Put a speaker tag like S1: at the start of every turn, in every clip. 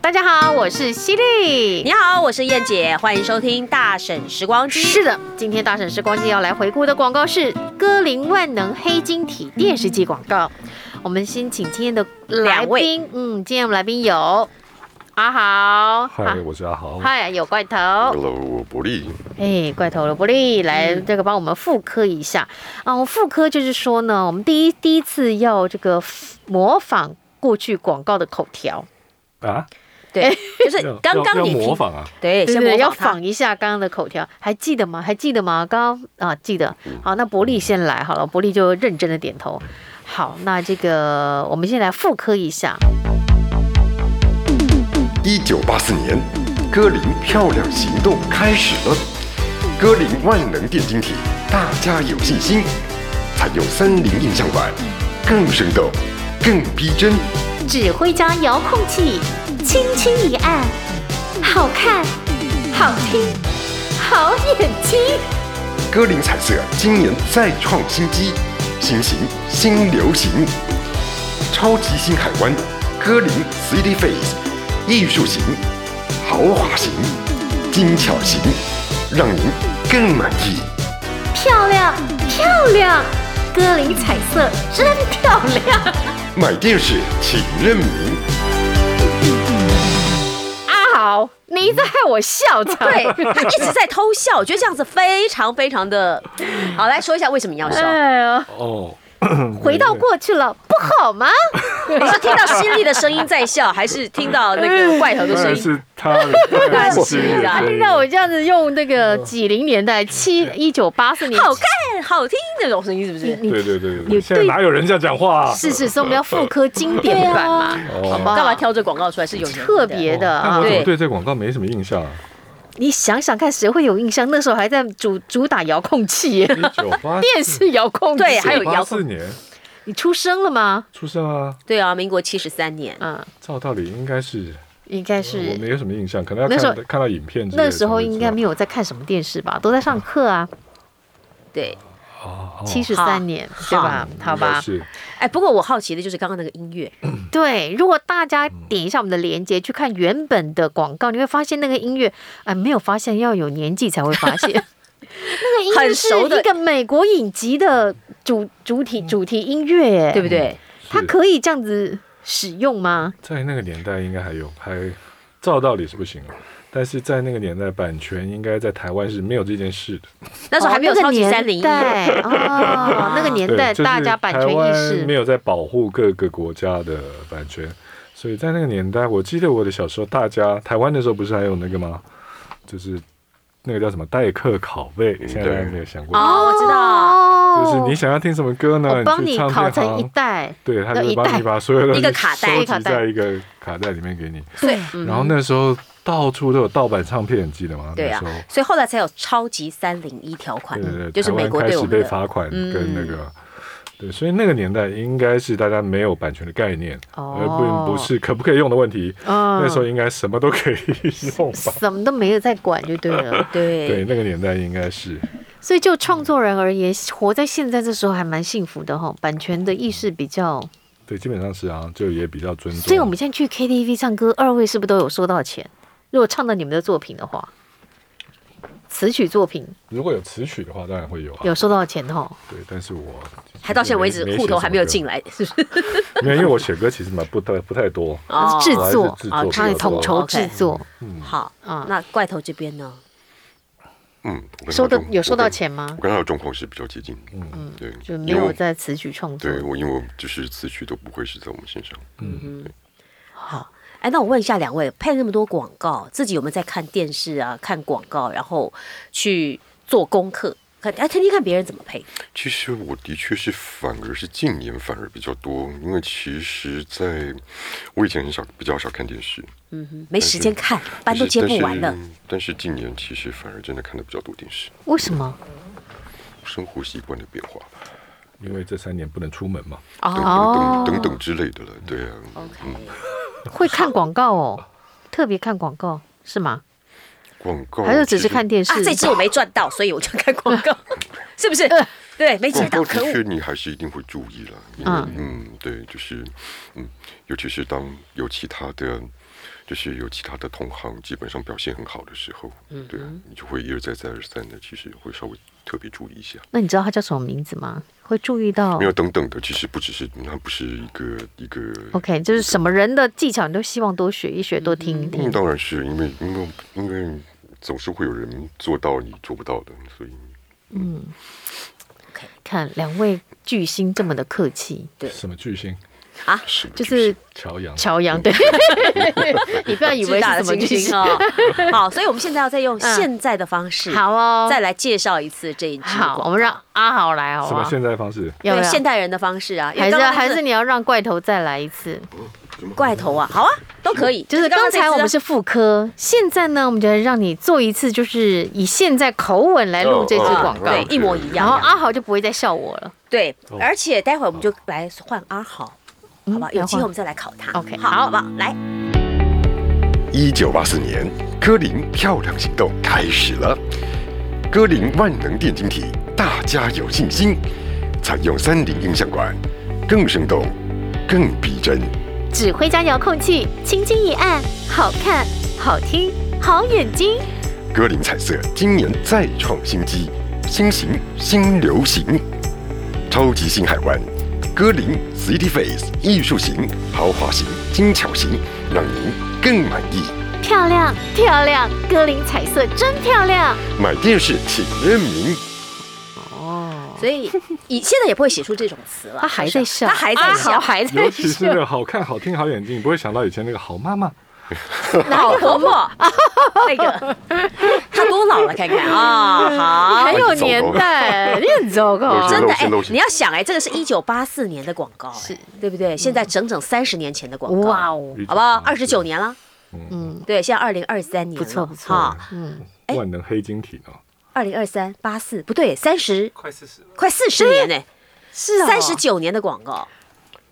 S1: 大家好，我是犀利。
S2: 你好，我是燕 姐，欢迎收听《大婶时光机》。
S1: 是的，今天大婶时光机要来回顾的广告是《歌林万能黑晶体电视机》广告。我们先请今天的来
S2: 两位
S1: 宾，嗯，今天我们来宾有阿豪，啊
S3: 嗨，我是阿豪。
S1: 嗨，有怪头，
S4: 罗伯利，
S1: 哎，怪头罗伯利来这个帮我们复刻一下啊！我们复刻就是说呢，我们第一第一次要这个模仿过去广告的口条，
S3: 啊，
S2: 对，就是
S3: 要
S2: 刚
S3: 要
S2: 刚
S3: 要
S2: 你
S3: 模
S2: 听，
S3: 仿啊，
S2: 对，
S1: 哎对
S2: 先
S1: 对对，
S2: 模
S1: 要
S2: 仿他。
S1: 仿一下刚刚的口条，还记得吗？还记得吗？刚刚啊，记得。
S2: 嗯
S1: 好，那伯利先来好了，伯利就认真的点头。好，那这个我们先来复刻一下。
S4: 一九八四年，歌林漂亮行动开始了。歌林万能电晶体，大家有信心。采用三菱印象版，更生动，更逼真。
S5: 指挥家遥控器，轻轻一按，好看，好听，好眼睛。
S4: 歌林彩色今年再创新机，新型新流行，超级新海湾，歌林 City Face，艺术型，豪华型，精巧型，让您更满意。
S5: 漂亮，漂亮，歌林彩色真漂亮。
S4: 买电视请认明。
S1: 阿豪，啊你一直害我笑场。
S2: 对 他一直在偷笑，我觉得这样子非常非常的好。来说一下为什么你要笑？
S1: 哎呀，
S3: 哦，
S1: 回到过去了，不好吗？
S2: 你是听到犀利的声音在笑，还是听到那
S1: 哎
S2: 个怪头的
S3: 当
S2: 声
S3: 然
S2: 音？
S3: 是他的，
S2: 然是
S3: 犀利的
S2: 啊
S3: 声 音
S1: 让我这样子用那个几零年代七一九八四年，
S2: 好看、好听那种声音，是不
S1: 你
S2: 是？
S1: 你
S3: 对对对
S1: 你
S3: 对，现在
S1: 对
S3: 哪有人这样讲话 啊？
S1: 是是，所以我们要复刻经典版 嘛，好不好？
S2: 干嘛挑这广告出来？是有原因的
S1: 特别的
S3: 但
S1: 啊？
S3: 我怎么
S2: 对
S3: 对这广告没什么印象啊？
S1: 你想想看，谁会有印象？那时候还在主主打遥控器 耶，
S3: 一九八
S1: 电视遥控器。
S2: 对还有遥控
S3: 四年
S1: 你出生了吗？
S3: 出生啊，
S2: 对啊，民国七十三年，
S1: 嗯，
S3: 照道理应该是，
S1: 应该
S3: 我
S1: 是
S3: 没有什么印象，可能要
S1: 那时候
S3: 看看到影片之类的才
S1: 那
S3: 会知
S1: 时
S3: 道。
S1: 候应该没有在看什么电视吧，都在上课啊。
S2: 对。
S3: 哦，哦
S1: 七十
S2: 好
S1: 三年，对吧？好
S3: 应该
S1: 吧，
S3: 是
S2: 哎，不过我好奇的就是刚刚那个音乐，
S1: 对。如果大
S3: 嗯
S1: 家点一下我们的链接去看原本的广告，你会发现那个音乐，哎，没有发现，要有年纪才会发现。 那个音乐
S2: 很
S1: 是
S2: 熟的
S1: 一个美国影集的主主题主题音乐耶，
S2: 对不对？
S1: 它
S3: 是
S1: 可以这样子使用吗？
S3: 在那个年代应该还有，还照道理是不行了。但是在那个年代，版权应该在台湾是没有这件事的。
S2: 那时候还
S1: 哦
S2: 没有超级三零一
S1: 对，哦，那个年代
S3: 对就是
S1: 大家版权
S3: 台
S1: 意
S3: 湾
S1: 识，
S3: 没有在保护各个国家的版权，所以在那个年代，我记得我的小时候，大家台湾的时候不是还有那个吗？就是那个叫什么代课拷贝，现在没有想过。
S2: 哦，我知道，
S1: 道
S3: 就是你想要听什么歌呢？
S1: 哦我帮你
S3: 你去唱片
S1: 拷成一
S3: 行，
S1: 袋，
S3: 对，他
S1: 要
S3: 就
S1: 一
S3: 帮
S1: 袋
S3: 你把所有的
S2: 一个卡带
S3: 收
S1: 一个卡
S3: 集
S1: 带
S3: 在一个卡带里面给你。
S1: 对，
S2: 嗯
S3: 然后那时候到处都有盗版唱片，你记得吗？
S2: 对啊
S3: 那时候，
S2: 所以后来才有超级三零一条款
S3: 对对，对，
S2: 就是
S3: 台湾
S2: 美国
S3: 开
S2: 对
S3: 始
S2: 我们
S3: 被
S2: 的。
S3: 罚款
S2: 嗯
S3: 跟那个。对，所以那个年代应该是大家没有版权的概念，
S1: 哦
S3: 而并不是可不可以用的问题。
S1: 嗯
S3: 那时候应该什么都可以用吧？
S1: 什么都没有在管就对了。
S3: 对，
S2: 对，
S3: 那个年代应该是
S1: 所以就创作人而言，活在现在这时候还蛮幸福的哈，版权的意识比较。
S3: 对，基本上是啊，就也比较尊重。
S1: 所以我们现在去 KTV 唱歌，二位是不是都有收到钱？如果唱到你们的作品的话，词曲作品
S3: 如果有词曲的话，当然会有啊。
S1: 有收到钱哈。
S3: 对，但是我
S2: 还到现在为止户头还没有进
S3: 来，
S2: 来，是不是？
S3: 因为因为我写歌其实蛮不太不太多，
S2: 哦
S1: 制
S3: 我还是
S1: 作
S3: 制
S2: 啊
S3: 作比
S1: 他的
S3: 较多
S1: 统筹制
S2: OK
S1: 作，
S2: 好
S1: 嗯，
S2: 那怪头这边呢？
S4: 嗯，我跟
S1: 收
S4: 他
S1: 的
S4: 状
S1: 有收到
S4: 我跟
S1: 钱吗
S4: 我？跟他的状况是比较接近。嗯，对，
S1: 就没
S4: 因为
S1: 有
S4: 我
S1: 在词曲创作。
S4: 对我，因为我就是词曲都不会是在我们身上。
S1: 嗯
S2: 好，哎，那我问一下两位，配那么多广告，自己有没有在看电视啊、看广告，然后去做功课？看，哎，天天看别人怎么配，
S4: 其实我的确是反而是近年反而比较多，因为其实在我以前很少比较少看电视，
S2: 嗯没时间看，班都
S4: 但
S2: 接
S4: 是
S2: 不完了
S4: 但。是但是近年其实反而真的看的比较多电视，
S1: 为什么？
S4: 生活习惯的变化吧，
S3: 因为这三年不能出门嘛。
S4: 等
S1: 哦
S4: 等等等等之类的了。对啊，
S2: OK，
S1: 会看广告哦，特别看广告是吗？
S4: 广告
S1: 还是只
S4: 其
S1: 是
S4: 实
S1: 看电视？
S2: 啊 啊，这支我没赚到，所以我就看广告，是不是？对，没接
S4: 广
S2: 到，
S4: 告
S2: 可
S4: 的确
S2: 恶！
S4: 你还是一定会注意了，因为
S1: 嗯
S4: 嗯对，就是嗯，尤其是当有其他的，就是有其他的同行基本上表现很好的时候，嗯，对，你就会一而再再而三的，其实会稍微特别注意一下。
S1: 那你知道他叫什么名字吗？会注意到
S4: 没有等等的，其实不只是它不是一个一个。
S1: ？OK，就是什么人的技巧，你都希望多学一学，多听一
S4: 嗯，
S1: 听。
S4: 当然是因为因为因为总是会有人做到你做不到的，所以
S1: 看两位巨星这么的客气，
S3: 什么巨星？
S4: 是不
S1: 就是
S3: 乔洋。
S1: 乔洋， 对，你不要以为
S2: 巨大
S1: 是
S2: 的
S1: 什么
S2: 星
S1: 巨
S2: 星
S1: 星。
S2: 哦。好，所以我们现在要再用现在的方式，
S1: 嗯好哦，
S2: 再来介绍一次这一支
S1: 好，我
S2: 广
S1: 们让阿豪来，
S2: 啊
S1: 好
S3: 什
S1: 不
S3: 么
S1: 好？
S3: 现在 方式？
S1: 要
S2: 对
S1: 不要？
S2: 现代人的方式啊，因为
S1: 还是
S2: 刚刚那
S1: 还
S2: 个
S1: 是你要让怪头再来一次？
S2: 怪头啊，好啊，都可以。
S1: 嗯就是刚才我们
S2: 是
S1: 是副科，现在呢，我们就来让你做一次，就是以现在口吻来录这支广告，
S2: 哦啊对一模一
S1: 然
S2: 样
S1: 后啊阿豪就不会再笑我了。
S2: 对
S3: 哦，
S2: 而且待会儿我们就来换阿豪，好吧？
S1: 嗯
S2: 有机会我们再来考他。
S1: OK，
S2: 好，
S1: 好
S2: 好不好？来，
S4: 一九八四年，歌林漂亮行动开始了。歌林万能电晶体，大家有信心。采用三菱音像管，更生动，更逼真。
S5: 指挥家遥控器，轻轻一按，好看、好听、好眼睛。
S4: 歌林彩色今年再创新机，新型新流行，超级新海湾，歌林 City Face 艺术型、豪华型、精巧型，让您更满意。
S5: 漂亮，漂亮，歌林彩色真漂亮。
S4: 买电视请认名。
S1: 哦，
S2: 所以以现在也不会写出这种词了。
S1: 他还在笑，
S2: 他还在
S1: 阿豪
S2: 笑，
S1: 还
S3: 尤
S1: 在
S3: 其是那
S1: 笑。
S3: 个好看、好听、好眼睛，你不会想到以前那个好妈妈。
S2: 老 婆婆那个，他多老了，看看啊，好
S1: 很。有年代，你很糟 糕
S4: 我。觉
S2: 真
S4: 得
S2: 的哎
S4: 露馅露，馅
S2: 你要想哎，这个是一九八四年的广告，是对不对？现在整整三十年前的广告，
S1: 哇哦，
S2: 好不好？二十九年了，
S1: 嗯，
S2: 对，现在二零二三年了，
S1: 不错不错
S2: 哈，
S1: 嗯，
S2: 哎
S3: 万能黑晶体呢？啊
S2: 二零二三八四不对，三十
S6: 快四十了。
S2: 快四十年呢，
S1: 是
S2: 三十。九年的广告，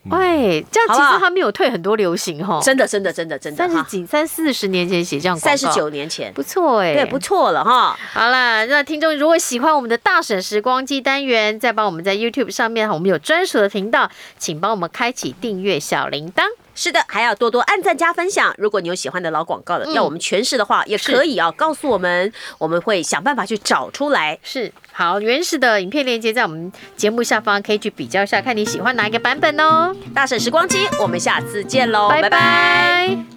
S1: 喂，这样其
S2: 好不
S1: 实
S2: 好
S1: 他没有退很多流行哈，
S2: 真的真的真的真的
S1: 三十
S2: 哈，
S1: 几、三四十年前写这样广告
S2: 三十九年前，
S1: 不错哎，
S2: 对，不错了哈。
S1: 好啦，那听众如果喜欢我们的大婶时光机单元，再帮我们在 YouTube 上面，我们有专属的频道，请帮我们开启订阅小铃铛。
S2: 是的，还要多多按赞加分享。如果你有喜欢的老广告的，
S1: 嗯
S2: 要我们诠释的话，也可以啊，告诉我们，我们会想办法去找出来。
S1: 是，好，原始的影片链接在我们节目下方，可以去比较一下，看你喜欢哪一个版本哦。
S2: 大婶时光机，我们下次见喽，
S1: 拜拜